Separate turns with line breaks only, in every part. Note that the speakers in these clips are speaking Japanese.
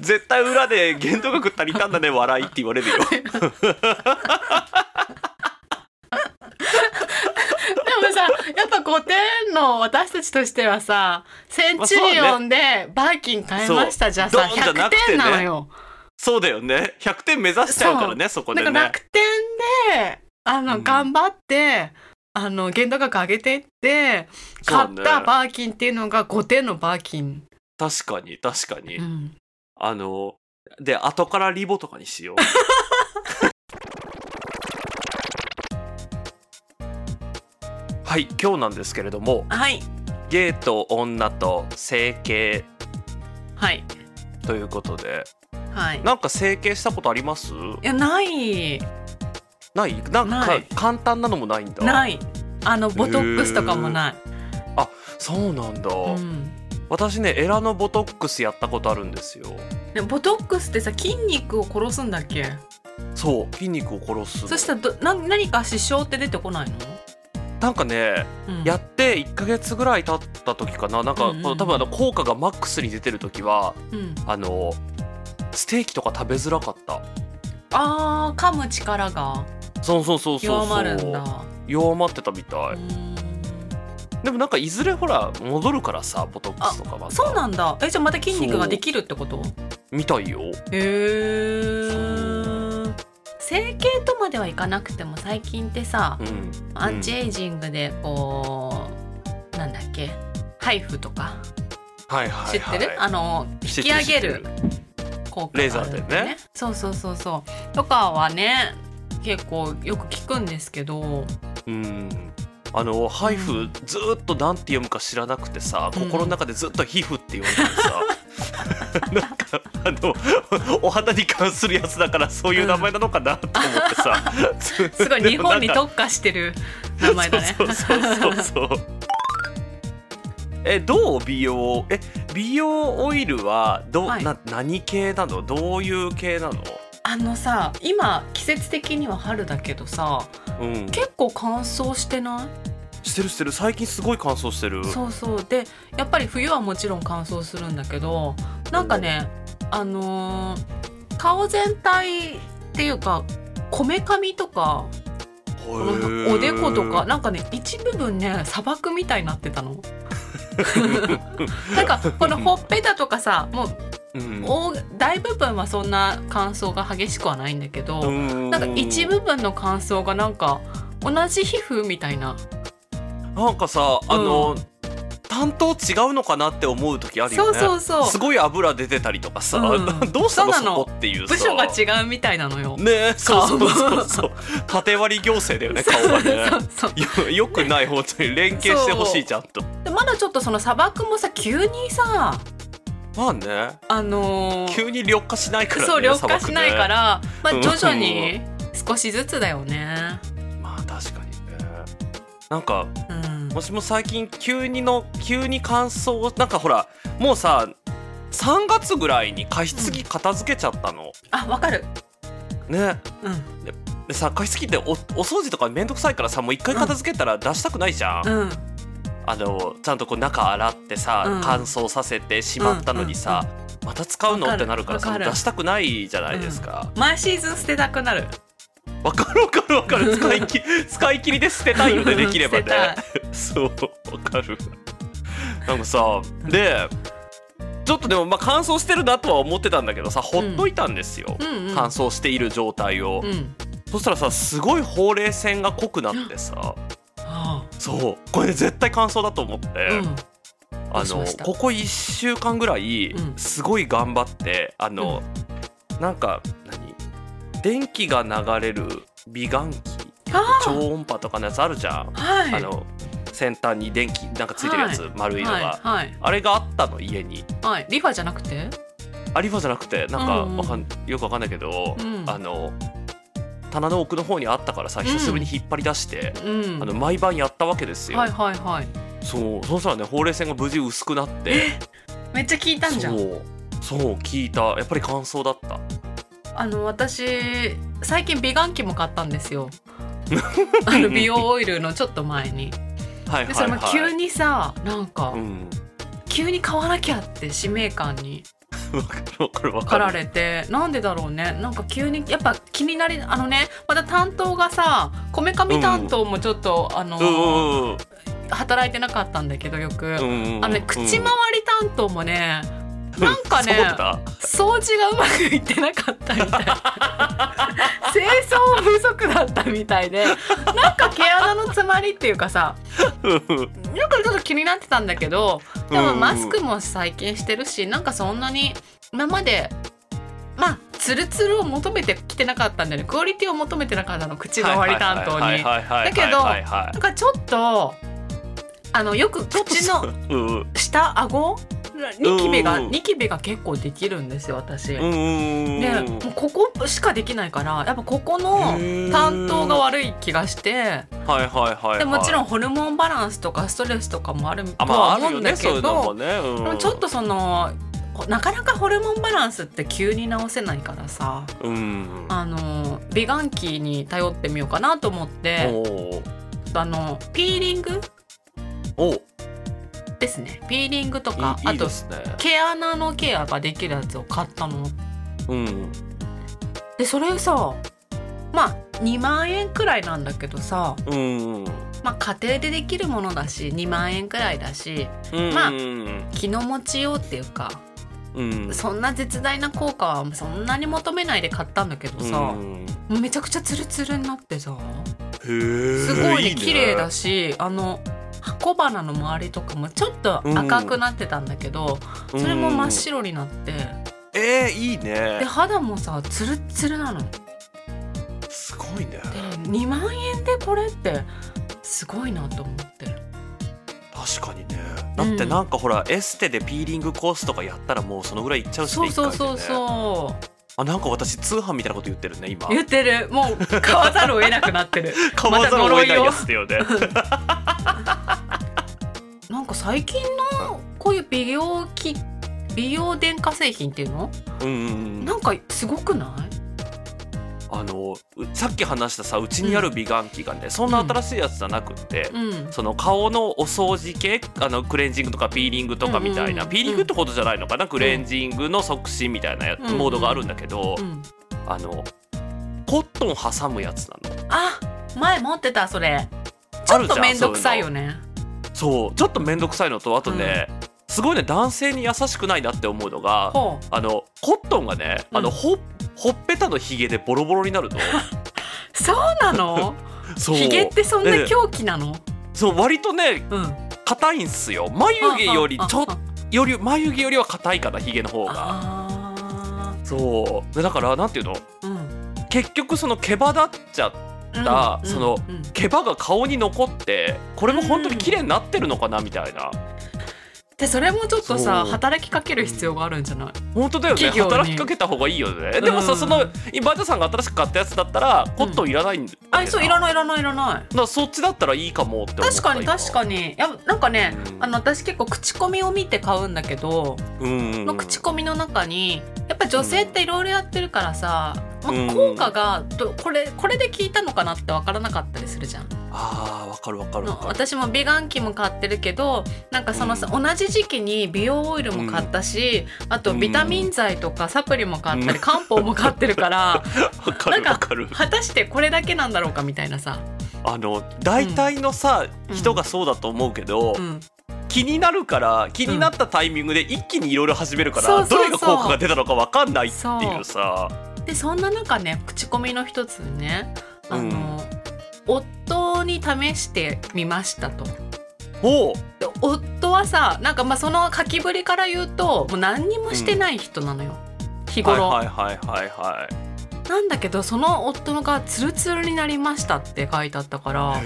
絶対裏で限度額足りたんだね笑いって言われ るよ
でもさやっぱ古典の私たちとしてはさセンチュリオンでバーキン買いました、
そう
じゃあさ
ドンじゃなく
100
てね
点なのよ。
そうだよね100点目指しちゃうからねそこ
な
で
ん
ね
か楽天であ
う
の、
ん
頑張ってあの限度額上げてって買
そう
っ
ね
たバーキンっていうのが5点のバーキン、
確かに確かに、
うん、
あので後からリボとかに しようはい今日なんですけれども
はい
ゲーと女と整形
はい
ということで
はい
なんか整形したことあります
いやない
ないなんか
ない
簡単なのもないんだ
ないあのボトックスとかもない、
そうなんだ、
うん
私ねエラのボトックスやったことあるんですよ
でもボトックスってさ筋肉を殺すんだっけ
そう筋肉を殺すの
そしたらどな何か支障って出てこないの、
なんかね
うん
やって1ヶ月ぐらい経った時かななんか、
うんうん
この多分あの効果がマックスに出てる時は
うん、
あのステーキとか食べづらかった
あー噛む力が
そうそうそうそうそ
弱
う
まるんだ
弱まってたみたい、
うん
でもなんかいずれほら戻るからさボトックスとかは
そうなんだえじゃあまた筋肉
そ
が
う
できるってこと
みたいよ
へー整形とまではいかなくても最近ってさ
うん
アンチエイジングでこうなんだっけハイフとか
はいはい、は
知
い、
ってる、あの引
知っ
き
てる
上げる
知って
効果があ
レ
るんだ
ーザー
よ
でね
そうそうそうそうとかはね結構よく聞くんですけど
うんあのハイフ、
うん
ずーっとなんて読むか知らなくてさ
うん
心の中でずっと皮膚って呼んでてさ、 なんかあのお肌に関するやつだからそういう名前なのかなと思ってさ、
すごい日本に
とっ
特化してる名前だね
そうそうそうそうそうえどう美容え美容オイルはど、
はい
な何系なのどういう系なの、
あのさ今季節的には春だけどさ
うん、
結構乾燥してない
してるしてる最近すごい乾燥してる
そうそうでやっぱり冬はもちろん乾燥するんだけどなんかねあのー顔全体っていうかこめかみとか
へ
なん
ー
かおでことかなんかね一部分ね砂漠みたいになってたの。なんかこのほっぺたとかさもう
うん
大大部分はそんな乾燥が激しくはないんだけど、
な
なんか一部分の乾燥がなんか同じ皮膚みたいな
なんかさあの、担当違うのかなって思う時あるよ
そう
ね
そうそう
すごい油出てたりとかさ、
うん
どうしたのそ
そうなの
こっていうさ
部署が違うみたいなのよ。
ねそうそう
顔
そ
も
うそう縦割り行政だよね顔が
そう
ね
そう
よよくない本当に連携してほしいちゃんと
でまだちょっとその砂漠もさ急にさ
まあね
あのー
急に緑化しないからね
そう緑化しないか
砂
ら、まあ
うん
徐々に少しずつだよね。
漠ねまあ確かにねなんか
うん、
私も最近急にの急に乾燥なんかほらもうさ3月ぐらいに加湿器片付けちゃったの、
あわかる。
ね
うん
でさ加湿器っておお掃除とかめんどくさいからさもう一回片付けたら出したくないじゃん、
うん
あのちゃんとこう中洗ってさ、
うん
乾燥させてしまったのにさ、また使うの
わか
っ
る
てなるからさ
わかる
出したくないじゃないですか
毎シーズン捨てたくなる。
わ、かるわかるわかる使いき 使い切りで捨てたいよねできれば
捨てた
ねそうわかるなんかさでちょっとでもまあ乾燥してるなとは思ってたんだけどさほっといたんですよ、
いうんうん。
乾燥している状態を、
うん。
そしたらさすごいほうれい線が濃くなってさ
あ
そうこれ絶対乾燥だと思って、
あ。うん。
あ
どうし
の
ました
ここ1週間ぐらい
うん
すごい頑張って、あの、なんか何電気が流れる美顔器
あ
超音波とかのやつあるじゃん、
あ。はい。
あの先端に電気なんかついてるやつ、丸いのが、
はいはい
あれがあったの家に
はい。リファじゃなくて？
あリファじゃなくてなんか、
うんうん
わかんよくわかんないけど、
うん
あの棚の奥の方にあったからさ久しぶりに引っ張り出して、
うん。
あの毎晩やったわけですよ、
はいはいはい。
そうそしたらねほうれい線が無事薄くなって。
めっちゃ聞いたんじゃん。
そうそう聞いたやっぱり感想だった
あの私最近美顔器も買ったんで すよ。あの美容オイルのちょっと前に。
はい
で
は
そ
い
れも
はい
急にさなんか
うん
急に買わなきゃって使命感に
わかるこれわか
から
る
れてなんでだろうねなんか急にやっぱ気になりあのねまた担当がさこめかみ担当もちょっと、あの
うん
働いてなかったんだけどよく、
うんうんうん
あのね口回り担当もねなんかね
そうだ
掃除がうまくいってなかったみたい清掃不足だったみたいでなんか毛穴の詰まりっていうかさ
うん
なんかちょっと気になってたんだけどで
うんう
も
ん
マスクも最近してるしなんかそんなに今までまあツルツルを求めてきてなかったんだよねクオリティを求めてなかったの口の割り担当
はい
に。
はいはいはいはい
だけど
はいはい
なんかちょっとあのよく口の
うんうん
下顎ニキビが
うんうん
ニキビが結構できるんですよ私。
うんうん
でもうここしかできないからやっぱここの担当が悪い気がして
はいはいはいはい
でもちろ
ん
んホルモンバランスとかストレスとかもあると
あまあ
は
ある
思う
よ
んだ
ね
け
そういうのも
ど
ね
で
う
も
ん
ちょっとそのなかなかホルモンバランスって急に直せないからさ
うん
あの美顔器に頼ってみようかなと思って
おー
あのピーリング
おー
ですねピーリングとか
いいい
あ
いで
と
すね
毛穴のケアができるやつを買ったの
うん
でそれさまあ2万円くらいなんだけどさ
うん
まあ、家庭でできるものだし2万円くらいだし
うん
まあ
うん
気の持ちようっていうか
うん
そんな絶大な効果はそんなに求めないで買ったんだけどさ
う、ん
めちゃくちゃツルツルになってさ
へえ
すごいね
ね
綺麗だしあの小花の周りとかもちょっと赤くなってたんだけど、それも真っ白になって、
うんえー、いい
で
ね
肌もさツルッツルなの。です
ごいね
2万円でこれってすごいなと思ってる。
確かにねだってなんかほら、エステでピーリングコースとかやったらもうそのぐらいいっちゃうし
そ
ね
うそうそ
一回
う
でね
そう。
あなんか私通販みたいなこと言ってるね今
言ってるもう買わざるを得なくなってる
買わざるを得ないやつだよね、
なんか最近のこういう美容機美容電化製品っていうの
うんうんうん
なんかすごくない
あのうさっき話したさうちにある美顔器がね、そんな新しいやつじゃなくって、
うん
その顔のお掃除系あのクレンジングとかピーリングとかみたいな、
うんうんうん
ピーリングってほどじゃないのかな、クレンジングの促進みたいなや
うんうん
モードがあるんだけど、
うん
あのコットン挟むやつなの
あ前持ってたそれち
あ
ょ
る
っ
じゃん
と面倒くさいよね
そうちょっと面倒くさいのとあとね、すごいね男性に優しくないなって思うのが
ほ
あのコットンがねあの、
うん
ほほっぺたのひげでボロボロになる の
うそうなの
そう
ヒゲってそん
え
な
え
狂気なの、
そう割とね
うん
硬いんすよ眉毛より
ああ
ちょっ
あ
より眉毛よりは硬いかなひげの方が
あ
そうでだからなんていうの
ーうん
結局その毛羽立っちゃだ
うん
その
うん
毛羽が顔に残ってこれも本当に綺麗になってるのかなみたいな
でそれもちょっとさ
そう
働きかける必要があるんじゃない
本当だよね
企業に
働きかけた方がいいよねでも
う
さ
ん
その今田さんが新しく買ったやつだったらコットンいらないんだよな
あそういらないいらないいらない
だからそっちだったらいいかもって思った
確かに確か
に
にいやなんかね、
うん
あの私結構口コミを見て買うんだけど、
うんうんう
の
ん
口コミの中にやっぱ女性っていろいろやってるからさ、まあ
うん
効果がどこれこれで効いたのかなって分からなかったりするじゃん。
あーわかるわかるわ
の
かる
私も美顔器も買ってるけどなんかそのさ、
う
同じ時期に美容オイルも買ったし、あとビタミン剤とかサプリも買ったり、
うん
漢方も買ってるから
わかる
なんか
わかる
果たしてこれだけなんだろうかみたいなさ。
あの大体のさ
うん
人がそうだと思うけど
うん
気になるから気になったタイミングで一気にいろいろ始めるか
そう
ら
そうそ
ど
う
れが効果が出たのかわかんないっていうさ
でそんな中ね口コミの一つにねあの、
うん
夫に試してみましたと。
おう
で夫はさなんかまあその書きぶりから言うともう何にもしてない人なのよ、日頃、
はいはいはいはいはい
なんだけどその夫がツルツルになりましたって書いてあったからや
や
っ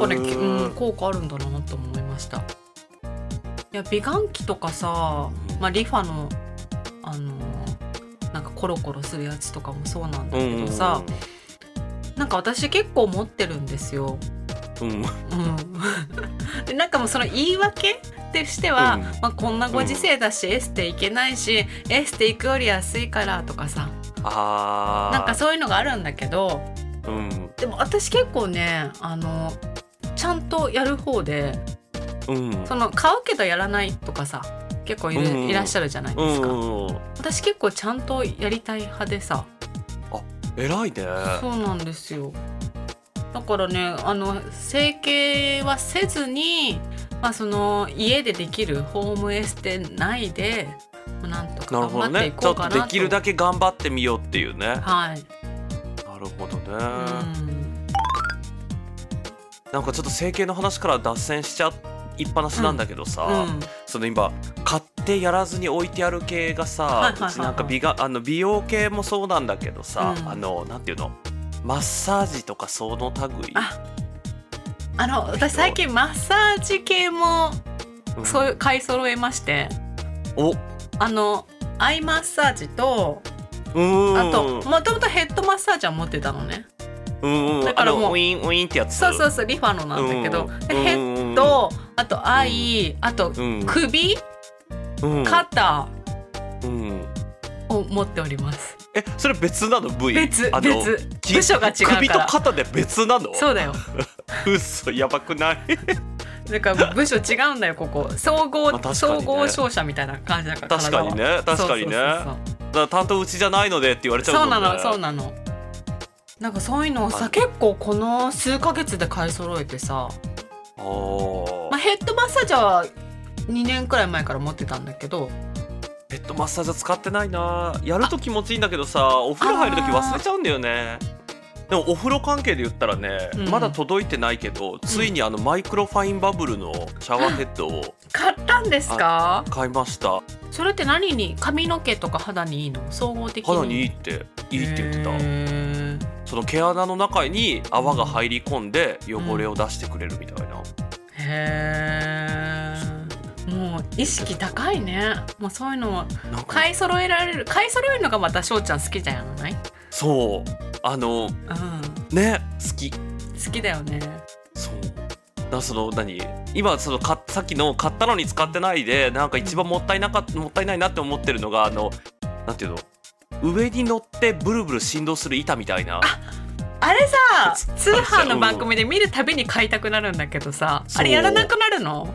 ぱね、きうん、効果あるんだなと思いましたいや美顔器とかさ、まあ、リファのあのなんかコロコロするやつとかもそうなんだけどさ、なんか私結構持ってるんですよ
うんうん
うん、 でなんかもうその言い訳ってしては、
うん
まあ、こんなご時世だし、エステ行けないしエステ行くより安いからとかさ
あー
なんかそういうのがあるんだけど
うん
でも私結構ねあのちゃんとやる方で
うん
その買うけどやらないとかさ結構い,、
うんうん
いらっしゃるじゃない
うん
ですか、
うんうん
私結構ちゃんとやりたい派でさ
偉いね
そうなんですよだからねあの整形はせずに、まあ、その家でできるホームエステ内でまあなんとか
なるほ
頑
ど
張ってい
ねち
こ
ょ
う
っ
か
と
な
できるだけ頑張ってみようっていうねな
はい、
るほどね、
うん、
なんかちょっと整形の話から脱線しちゃいっぱなしなんだけどさ、
うん
その今買ってやらずに置いてある系がさ、
いはいはいはいう
ちなんか美があの美容系もそうなんだけどさ、
うん
あのなんていうのマッサージとかその類
ああの私最近マッサージ系も
うん
そういう買い揃えまして
お
あのアイマッサージと
うん
あともともとヘッドマッサージは持ってたのね
うんうん
だから
あの
もう
ウィンウィンってやつ
そうそう
う
そうリファノなんだけどでヘッ
ッ
ドあとアイあ
う
と
ん
首
うん
肩
うん
を持っております
えそれ別なの部位
別
あの
別
き
部署が違う
首
か
と
ら
肩で別なの
そうだよ
うそやばくない
だから部署違うんだよここ総合、
まあ確かにね
総合商社みたいな感じだから
確かに
体は
ね確かにね
そうそう
だから担当うちじゃないのでって言われち
そうそ
ゃ
う
うも
なん
ね
のそうなのなんかそういうのを
あ
さ結構この数ヶ月で買い揃えてさ、
おー
まあ、ヘッドマッサージャーは2年くらい前から持ってたんだけど
ヘッドマッサージャー使ってないなやると気持ちいいんだけどさお風呂入るとき忘れちゃうんだよねでもお風呂関係で言ったらね、
うん
まだ届いてないけどついにあのマイクロファインバブルのシャワーヘッドを
買ったんですか
買いました
それって何に髪の毛とか肌にいいの総合的に
肌にいいっていいって言ってた
て
その毛穴の中に泡が入り込んで汚れを出してくれるみたいな、
たへえもう意識高いねもうそういうのを
なんか
買い揃えられる買い揃えるのがまた翔ちゃん好きじゃない、うん、
そうあの
好
ね好き
きだよね
そうだその何今そのかさっきの買ったのに使ってないでなんか一番もったいなかもったいないなって思ってるのがあのなんていうの上に乗ってブルブル振動する板みたいな
あれさ
そ
通販の番組で見るたびに買いたくなるんだけどさ
そう
あれやらなくなるの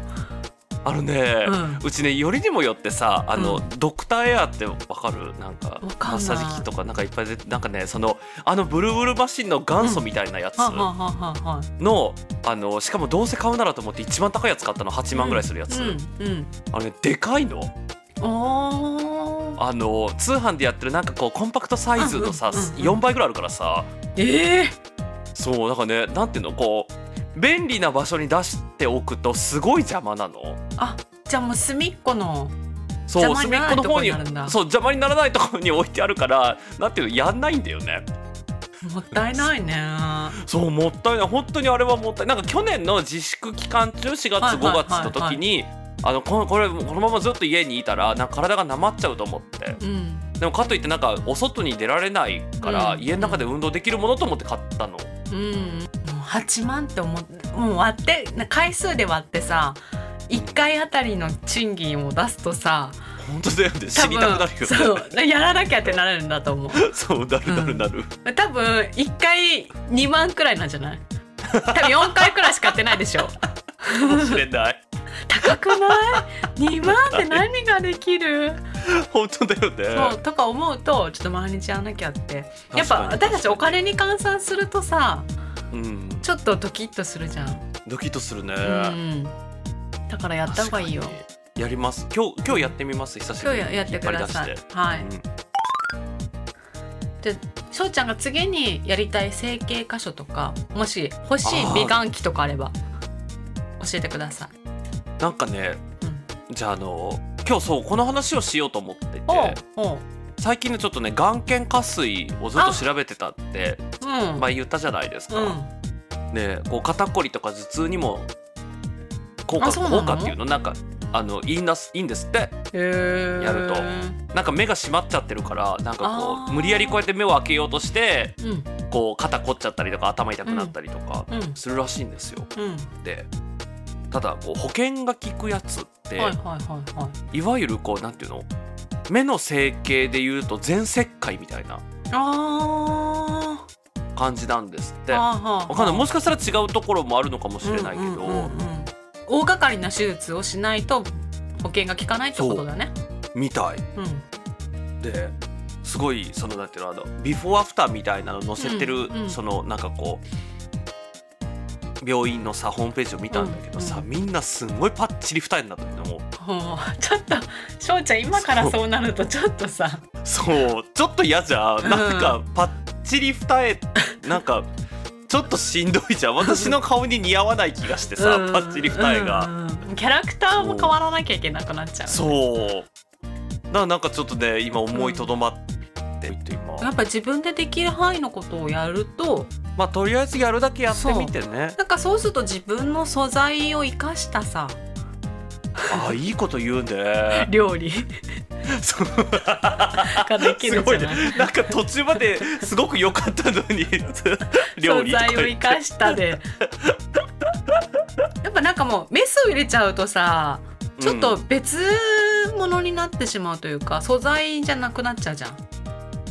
あるね、
うん
うちねよりにもよってさあの、
う
ドクターエアってわかるなんか
わかんな
マッ
い
サージ機とかなんかいっぱい出てなんかねそのあのブルブルマシンの元祖みたいなやつ
はあはあはあはあ
の,、あのしかもどうせ買うならと思って一番高いやつ買ったの8万ぐらいするやつ、
うんうん
あれねでかいの
おー
あの通販でやってるなんかこうコンパクトサイズのさ、
うんうんうん
4倍ぐらいあるからさ
ええ
そうなんかねなんていうのこう便利な場所に出しておくとすごい邪魔なの。
あじゃあもう隅っこの
そう
邪魔に
隅
な
っ
らな
こ
い
の方に
とこにあるんだ
そう邪魔にならないところに置いてあるからなんていうのやんないんだよね
もったいないね
そうもったいない本当にあれはもったいないなんか去年の自粛期間中4月
はいはい
5
はい
月の時にあのここれこのままずっと家にいたらなんか体がなまっちゃうと思って
うん
でもかといってなんかお外に出られないから、
うん
家の中で運動できるものと思って買ったの。
うんもう8万って思ってもう割ってな回数で割ってさ1回あたりの賃金を出すとさ
本当だよね
多
死
分
にたくなるよね
そうやらなきゃってなるんだと思う
そうなるなるなる、
多分1回2万くらいなんじゃない多分4回くらいしかやってないでしょ
かもしれない
高くない2万って何ができる
本当だよ
そう
ね
とか思うとちょっと毎日やらなきゃってやっ
確か
ぱ
に
私たちお金に換算するとさ
うん
ちょっとドキッとするじゃん、
ドキッとするね、
うん、だからやった方がいいよ
確かにやります今日今日やってみます久しぶり
今日
に
ややってくださ
引
い
っ張り出し。
は
て
い。翔ちゃんが次にやりたい整形箇所とか、もし欲しい
あー
美顔器とかあれば教えてください。
うんなんかね
うん
じゃああの今日そうこの話をしようと思ってて
おうおう。
最近ねちょっとね眼瞼下垂をずっと調べてたって
うん。
前言ったじゃないです
う
か、
ん。
ねこう肩こりとか頭痛にも効果
あそうなの
効果っていうのなんかあのいいなすいいんですって
へえ。
やるとなんか目が閉まっちゃってるからなんかこ
あー
う無理やりこうやって目を開けようとして
うんうん
こう肩凝っちゃったりとか頭痛くなったりとかするらしいんですよ。
うん。
でただこう保険が効くやつって、
はいはい
い
はいはい。
わゆるこうなんていうの目の整形でいうと全切開みたいな
あ
感じなんですっ
あ。
て。わ
はあはあ。
かんないも
し
しかしたら違うところもあるのかもしれないけど、
大掛かりな手術をしないと保険が効かないってことだね
みたい
うん
ですごいそのなんていうのあのビフォーアフターみたいなの載せてる、
うんうん
そのなんかこう病院のさホームページを見たんだけどさ、
うん
みんなすごいパッチリ二重になったけどもう
ほう ちょっと翔ちゃん今からそうなるとちょっとさ
そうちょっと嫌じゃん、
うん
なんかパッチリ二重なんかちょっとしんどいじゃん私の顔に似合わない気がしてさ、
うん
パッチリ二重が、
うんうんうんキャラクターも変わらなきゃいけなくなっちゃう
そうだからなんかちょっとね今思いとどまってるって今、
やっぱ自分でできる範囲のことをやると
まあとりあえずやるだけやってみてね
なんかそうすると自分の素材を生かし たさ
ああいいこと言う ね
料理
そう
ができるじゃない
すごいねなんか途中まですごく良かったの に料理と
素
か
材を
言
生
っ
か
て
したで やっぱなんかもうメスを入れちゃうとさちょっと
うん
別物になってしまうというか、素材じゃなくなっちゃうじゃん。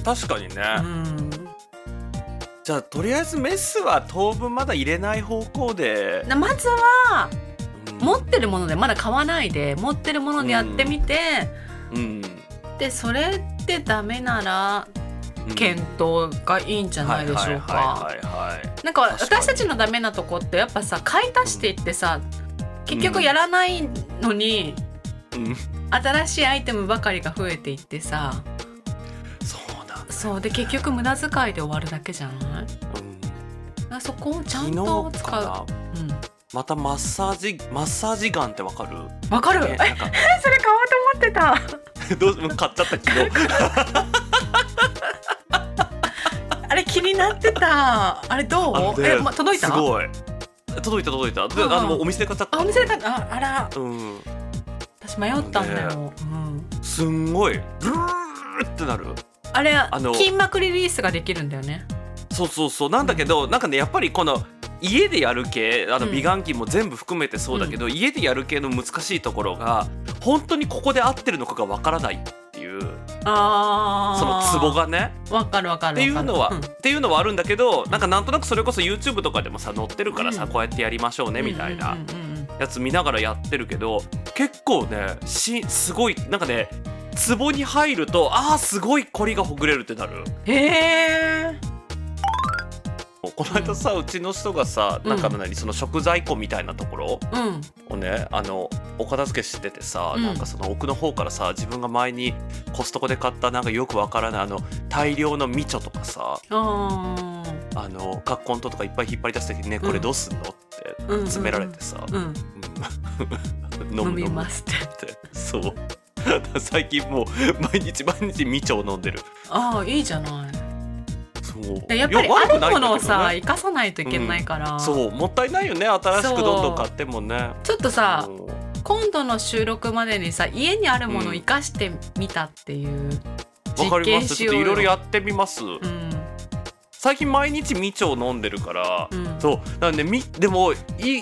確かにね、
うん、
じゃあとりあえずメスは当分まだ入れない方向で、
なまずは
うん
持ってるものでまだ買わないで持ってるものでやってみて、
うん
でそれってダメなら
うん
検討がいいんじゃないでしょう
は
か。
いはいはいはいはい
なんか
確かに
私たちのダメなとこってやっぱさ買い足していってさ結局やらないのに
うん
新しいアイテムばかりが増えていってさ
そうなんだ
そうで結局無駄遣いで終わるだけじゃないあそこをちゃんと
うん、昨日
使う。
かなまたマッサージマッサージガンってわかる
うん、わかる。え、
ねなんか
それ買おうと思って
どう買っちゃった昨日
た。あれ気になってた。あれど
あの
う？
ね
え、ま届いた？
すごい届いた届いたで
うんうん
あのお店で買っちゃった
あ、お店で買った。あ、あら、
うん
私迷ったんだよ。うん。
すんごいブルーってなる
あれ
の
筋膜リリースができるんだよね。
そうそうそうなんだけどなんかねやっぱりこの家でやる系あの
うん
美顔器も全部含めてそうだけど、家でやる系の難しいところが本当にここで合ってるのかがわからないっていう
ああ。
そのツボ。がね
わかるわか
っ
る。
ていうのは、
わか
っていうのはあるんだけどなんかなんとなくそれこそ YouTube とかでもさ載ってるからさ、
うん
こうやってやりましょうね
る
みたいな
うんうんうんうん
やつ見ながらやってるけど結構ねしすごいなんかねツボに入るとああすごい凝りがほぐれるってなる。
へえ。
この間さ、うちの人がさなんか何、その食材庫みたいなところ
うん。
をねあのお片付けしててさ、
うん
なんかその奥の方からさ自分が前にコストコで買ったなんかよくわからないあの大量のみちょとかさ
あ
あのカッコントとかいっぱい引っ張り出した時にねこれどうすんのって
うんうんうん
詰められてさ
あ。うん。
うん 飲
飲
む
み
飲むっ
ますって。
てそう 最近もう毎日毎日みちょを飲んでる
ああ、いいじゃない。
そう
でやっぱり
い悪く
ある
ないんだけどね
ものをさ、生かさないといけないから。
そうもったいないよね新しくどんどん買ってもね
ちょっとさ
うん
今度の収録までにさ家にあるものを生かしてみたっていう
わか
実
りま
験
す
し
ちょっ
よ
とい
うよ。
ろいろやってみます、
うん
最近毎日みちょを飲んでるから、
うん
そうなんでみでもい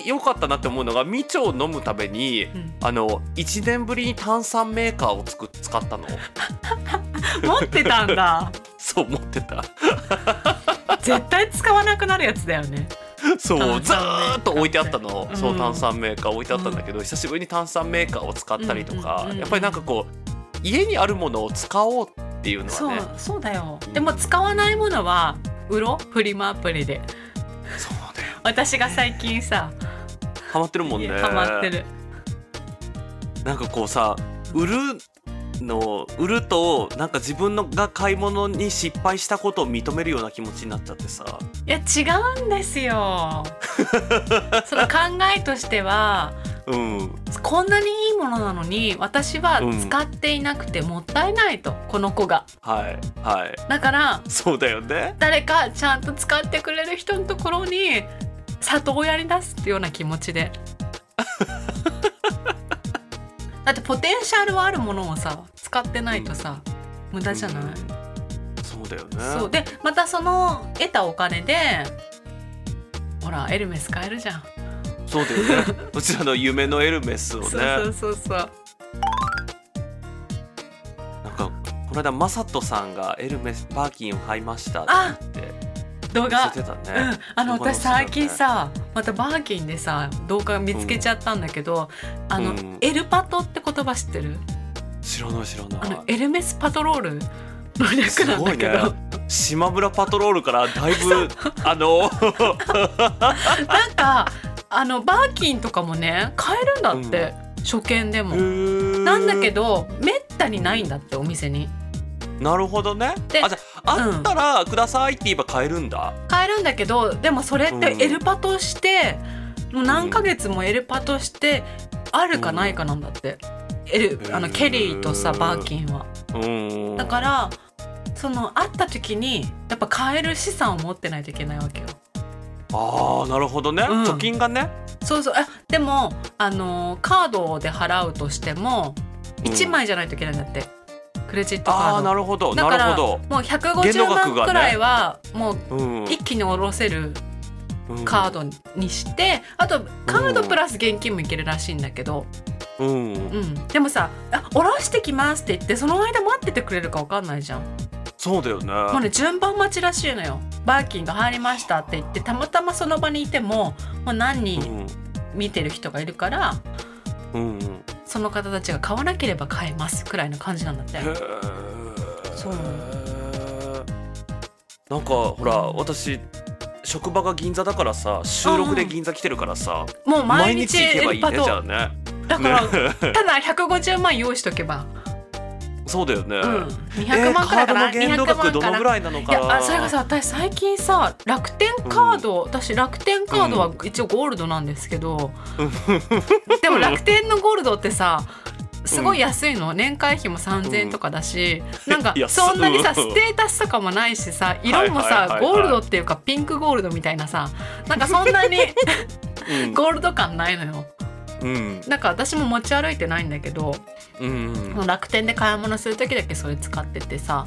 良かったなって思うのがみちょを飲むために
うん
あの1年ぶりに炭酸メーカーをつく使ったの
持ってたんだ
そう思ってた
絶対使わなくなるやつだよね
そう
炭酸メー
ず
カー
ーっと置いてあったの、
うん
そう炭酸メーカー置いてあったんだけど、久しぶりに炭酸メーカーを使ったりとか、
うんうんうんうん
やっぱりなんかこう家にあるものを使おうっていうの
そ
は
う
ね
そうだよ
うん
でも使わないものは売ろうフリマアプリで
そうだよ
私が最近さ
ハマってるもんね
ハマってる
なんかこうさ売るの売るとなんか自分のが買い物に失敗したことを認めるような気持ちになっちゃってさ
いや違うんです よその考えとしては
うん
こんなにいいものなのに私は使っていなくてもったいないと、この子が
はいはい
だから
そうだよね
誰かちゃんと使ってくれる人のところに里親に出すっていうような気持ち でだってポテンシャルはあるものをさ使ってないとさ、無駄じゃない、
うんそうだよね
そうでまたその得たお金でほらエルメス買えるじゃん、
そうだよ ねうちらの夢のエルメスをね
そうそうそうそう
なんかこの間マサトさんがエルメスバーキンを買いましたって
あ
言って
動画
捨てたね、
うん、あの
動画載
私
せてたね
最近さまたバーキンでさ動画見つけちゃったんだけど、あの、
うん
エルパトって言葉知ってる
知らない知ら
あ
な
のエルメスパトロールの略なんだけど、
すごいい島村パトロールからだ いぶあの
なんかあのバーキンとかもね買えるんだって、初見でも。な
なん
だけどめったにないんだってお店に
なるほどね
で
あじゃあ
うん
あったらくださいって言えば買えるんだ、
買えるんだけどでもそれってエルパとして、もう何ヶ月もエルパとしてあるかないかなんだって、エルあの
へー
ケリーとさバーキンは。
うん、
だからその会った時にやっぱ買える資産を持ってないといけないわけよ。
ああなるほどね、
うん
貯金がね
そうそうえでもあのカードで払うとしても
うん
1枚じゃないといけないんだって、クレジットカ
ああ
ー
な
ド。
るほど
だ
なる
から
ほ
もう
限度
150
額
万
がね
くらいはもう
ど、うん
一気に下ろせるカードにしてあとカードプラス現金もいけるらしいんだけど、
ド、うん
うん、でもさあ「下ろしてきます」って言ってその間待っててくれるか分かんないじゃん
そうだよね
もうね順番待ちらしいのよバーキンが入りましたって言ってたまたまその場にいてももう何人見てる人がいるから
うんうんうん
その方たちが買わなければ買えますくらいの感じなんだって
へー
そう
なんかほら私職場が銀座だからさ収録で銀座来てるからさ、
もう
毎
毎日
日
エ
行けばい
ル
い
パ
ねじゃ
ト
あね
だから、
ね
ただ150万用意しとけば、
そうだよね、
うん、
え
200
ー
万く
カー
らいか
ド
な
の限度額
200
ど
万か
の
な
ぐらいなの
い
か
や
な
あそれがさ私最近さ楽天カード、私楽天カードは一応ゴールドなんですけ ど、でも楽天のゴールドってさすごい安いの、年会費も3,000円とかだし、なんか
いや
そんなにさ
そう
ステータスとかもないしさ色も
はいはい
さ
はいはい
ゴールドっていうかピンクゴールドみたいなさなんかそんなに
うん
ゴールド感ないのよ
うん
なんか私も持ち歩いてないんだけど、
うんうん
楽天で買い物する時だけそれ使っててさ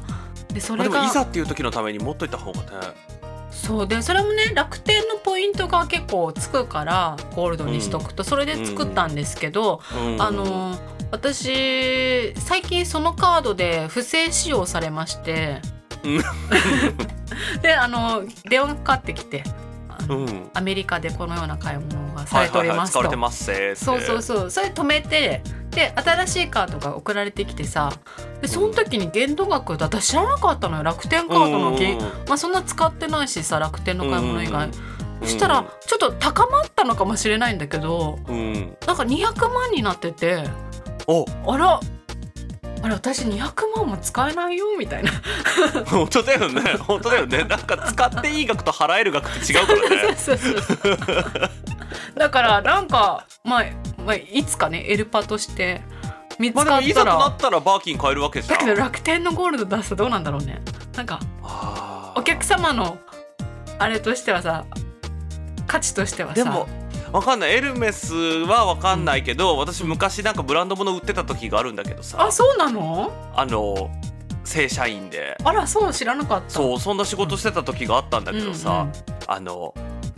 でそ
まあ
れ
でもい
が
ざっていう時のために持っといた方がね
そうでそれもね楽天のポイントが結構つくからゴールドにしとくと、それで作ったんですけど、
うん
あのー私最近そのカードで不正使用されまして、であの電話がかかってきて、あ
う
の
ん
アメリカでこのような買い物がされてお
はい
りますと。
はいはい、使われてますせーせー
そうそうそうそれ止めてで新しいカードが送られてきてさでその時に限度額だ私知らなかったのよ楽天カードの限、
うんうん
まあ、そんな使ってないしさ楽天の買い物以外、
うん
そしたらちょっと高まったのかもしれないんだけど
うん、うん、
なんか200万になってて
お
あらあれ私200万も使えないよみたいな
本当だよね本当だよねなんか使っていい額と払える額って違うからね
そうそうそうだからなんか、まあ、まあいつかねエルパとして見つ
まあで
か
も
っ
い
た
ざと
ら、
なったらバーキン買えるわけじゃ
だ
ん
けど楽天のゴールド出すとどうなんだろうねなんか
あー
お客様のあれとしてはさ価値としてはさ
でもわかんないエルメスはわかんないけど、私昔なんかブランド物売ってた時があるんだけどさ
あそうなの
あの正社員で
あらそう知らなかった
そうそんな仕事してた時があったんだけどさ、
うんうん
あの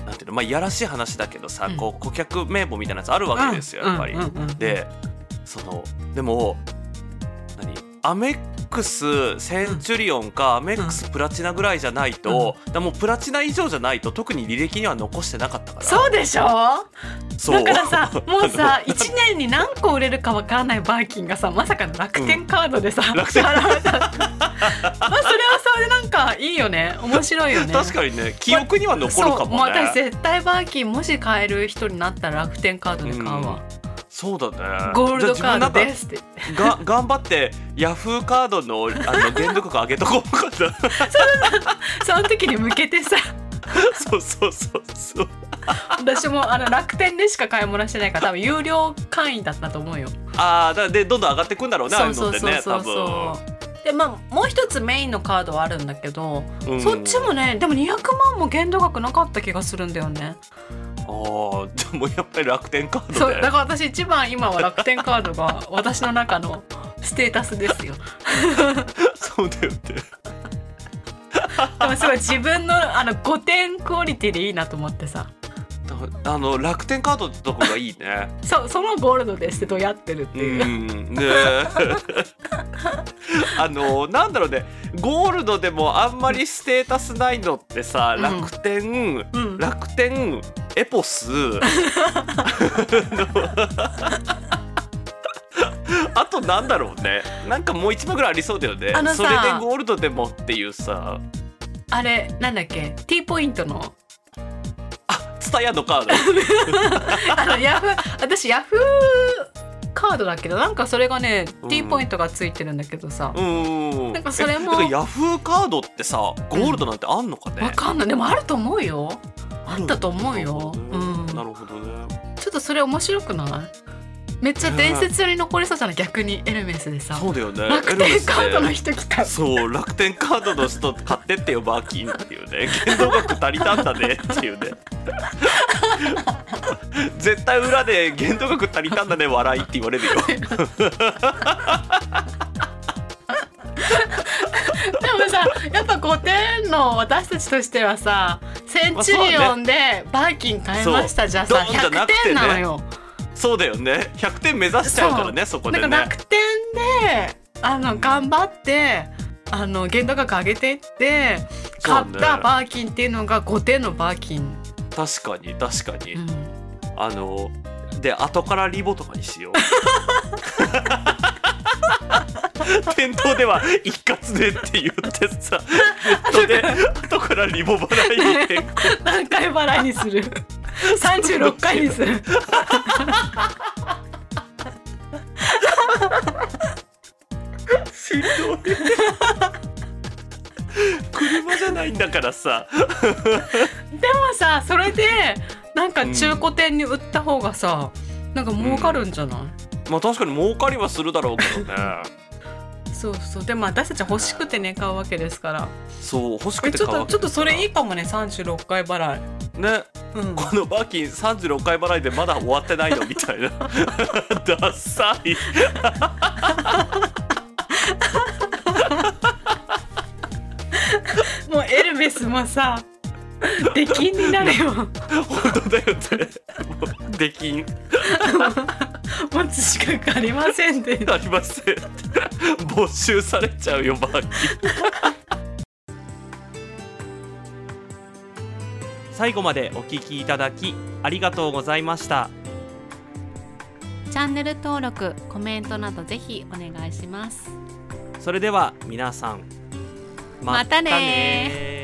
なんていうのまあいやらしい話だけどさ、
うん
こう顧客名簿みたいなやつあるわけですよ、やっぱり。
うんうんうんうん
でそのでも何アメックスセンチュリオンかアメックスプラチナぐらいじゃないと、だからもうプラチナ以上じゃないと特に履歴には残してなかったから
そうでしょ
そう
だからさもうさ
あの
1年に何個売れるかわからないバーキンがさまさかの楽天カードでさ、
楽天
支払われたまあそれはそれでなんかいいよね面白いよ ね
確かにね記憶には残るか
そうもう
も
私
ね
絶対バーキンもし買える人になったら楽天カードで買うわ、
そうだね
ゴールドカード
じゃあ
ですって
自分なんかが頑張ってヤフーカードのあ の限度額上げとこうかな
その時に向けてさ
そうそうそうそう
私もあの楽天でしか買い物してないから多分有料会員だったと思うよ
ああだでどんどん上がってくんだろうねああい
そ
ううのっ
そう
て
そう
ね
そ
多
うそうでまあもう一つメインのカードはあるんだけど、
分、うん
そっちもねでも200万も限度額なかった気がするんだよね
ああでもやっぱり楽天カードで
そうだから私一番今は楽天カードが私の中のステータスですよ
そうだよね。
でもすごい自分のあの5点クオリティでいいなと思ってさ
だあの楽天カードってとこがいい ね。
そうそのゴールドですっ てどうやってるって
う
いう、
ん。ねえ。あのなんだろうね。ゴールドでもあんまりステータスないのってさ、
うん
楽天
うん、
楽天エポス あとなんだろうねなんかもう一枚ぐらいありそうだよね
あのさ
それでゴールドでもっていうさ
あれなんだっけ T ポイントの
あツタヤのカー ド
あのヤフー私ヤフーカードだけどなんかそれがね、
うん
T ポイントがついてるんだけどさ
う、ーん
なんかそれも
えなんかヤフーカードってさゴールドなんてあんのかね、
わかんないでもあると思うよあったと思うよ、うん、
なるほどねなるほどね
ちょっとそれ面白くないめっちゃ伝説に残りそうじゃない逆にエルメスでさ
そうだよね
楽
エルメ
天
スね
カードの人来た
そう楽天カードの人買ってってよバーキンっていうね剣道学足りたんだねっていうね絶対裏で言動学足りたんだね笑いって言われるよ
でもさやっぱ5点の私たちとしてはさセンチュリオンでバーキン買いましたじゃあさ
そうドンじゃな
100
くてね
点なのよ。
そうだよね100点目指しちゃうからねそこ
な
で
んか
ね
楽天であの頑張ってあの限度額上げてって買っ
そう
た
ね
バーキンっていうのが5点のバーキン。
確かに確かに、
うん
あので後からリボとかにしよう店頭では一括でって言って さネットで後からリボ払いに変更
何回払い にする ?36 回にする。
しん どい車じゃないんだからさ
でもさそれでなんか中古店に売った方がさ、なんか儲かるんじゃない、
まあ確かに儲かりはするだろうけど ね
そうそうでも私たち欲しくてね買うわけですから
そう欲しく
え
て
ちょっ
買う
とちょっとそれいいかもね36回払い、
ね
うん、
このバーキン36回払いでまだ終わってないのみたいな ダサい
もうエルメス もさ出禁になるよも
本当だよねもうできん
う資格ありませんで
ありません没収されちゃうよバーキン最後までお聞きいただきありがとうございました
チャンネル登録コメントなどぜひお願いします
それでは皆さん
また
ま
ね
たね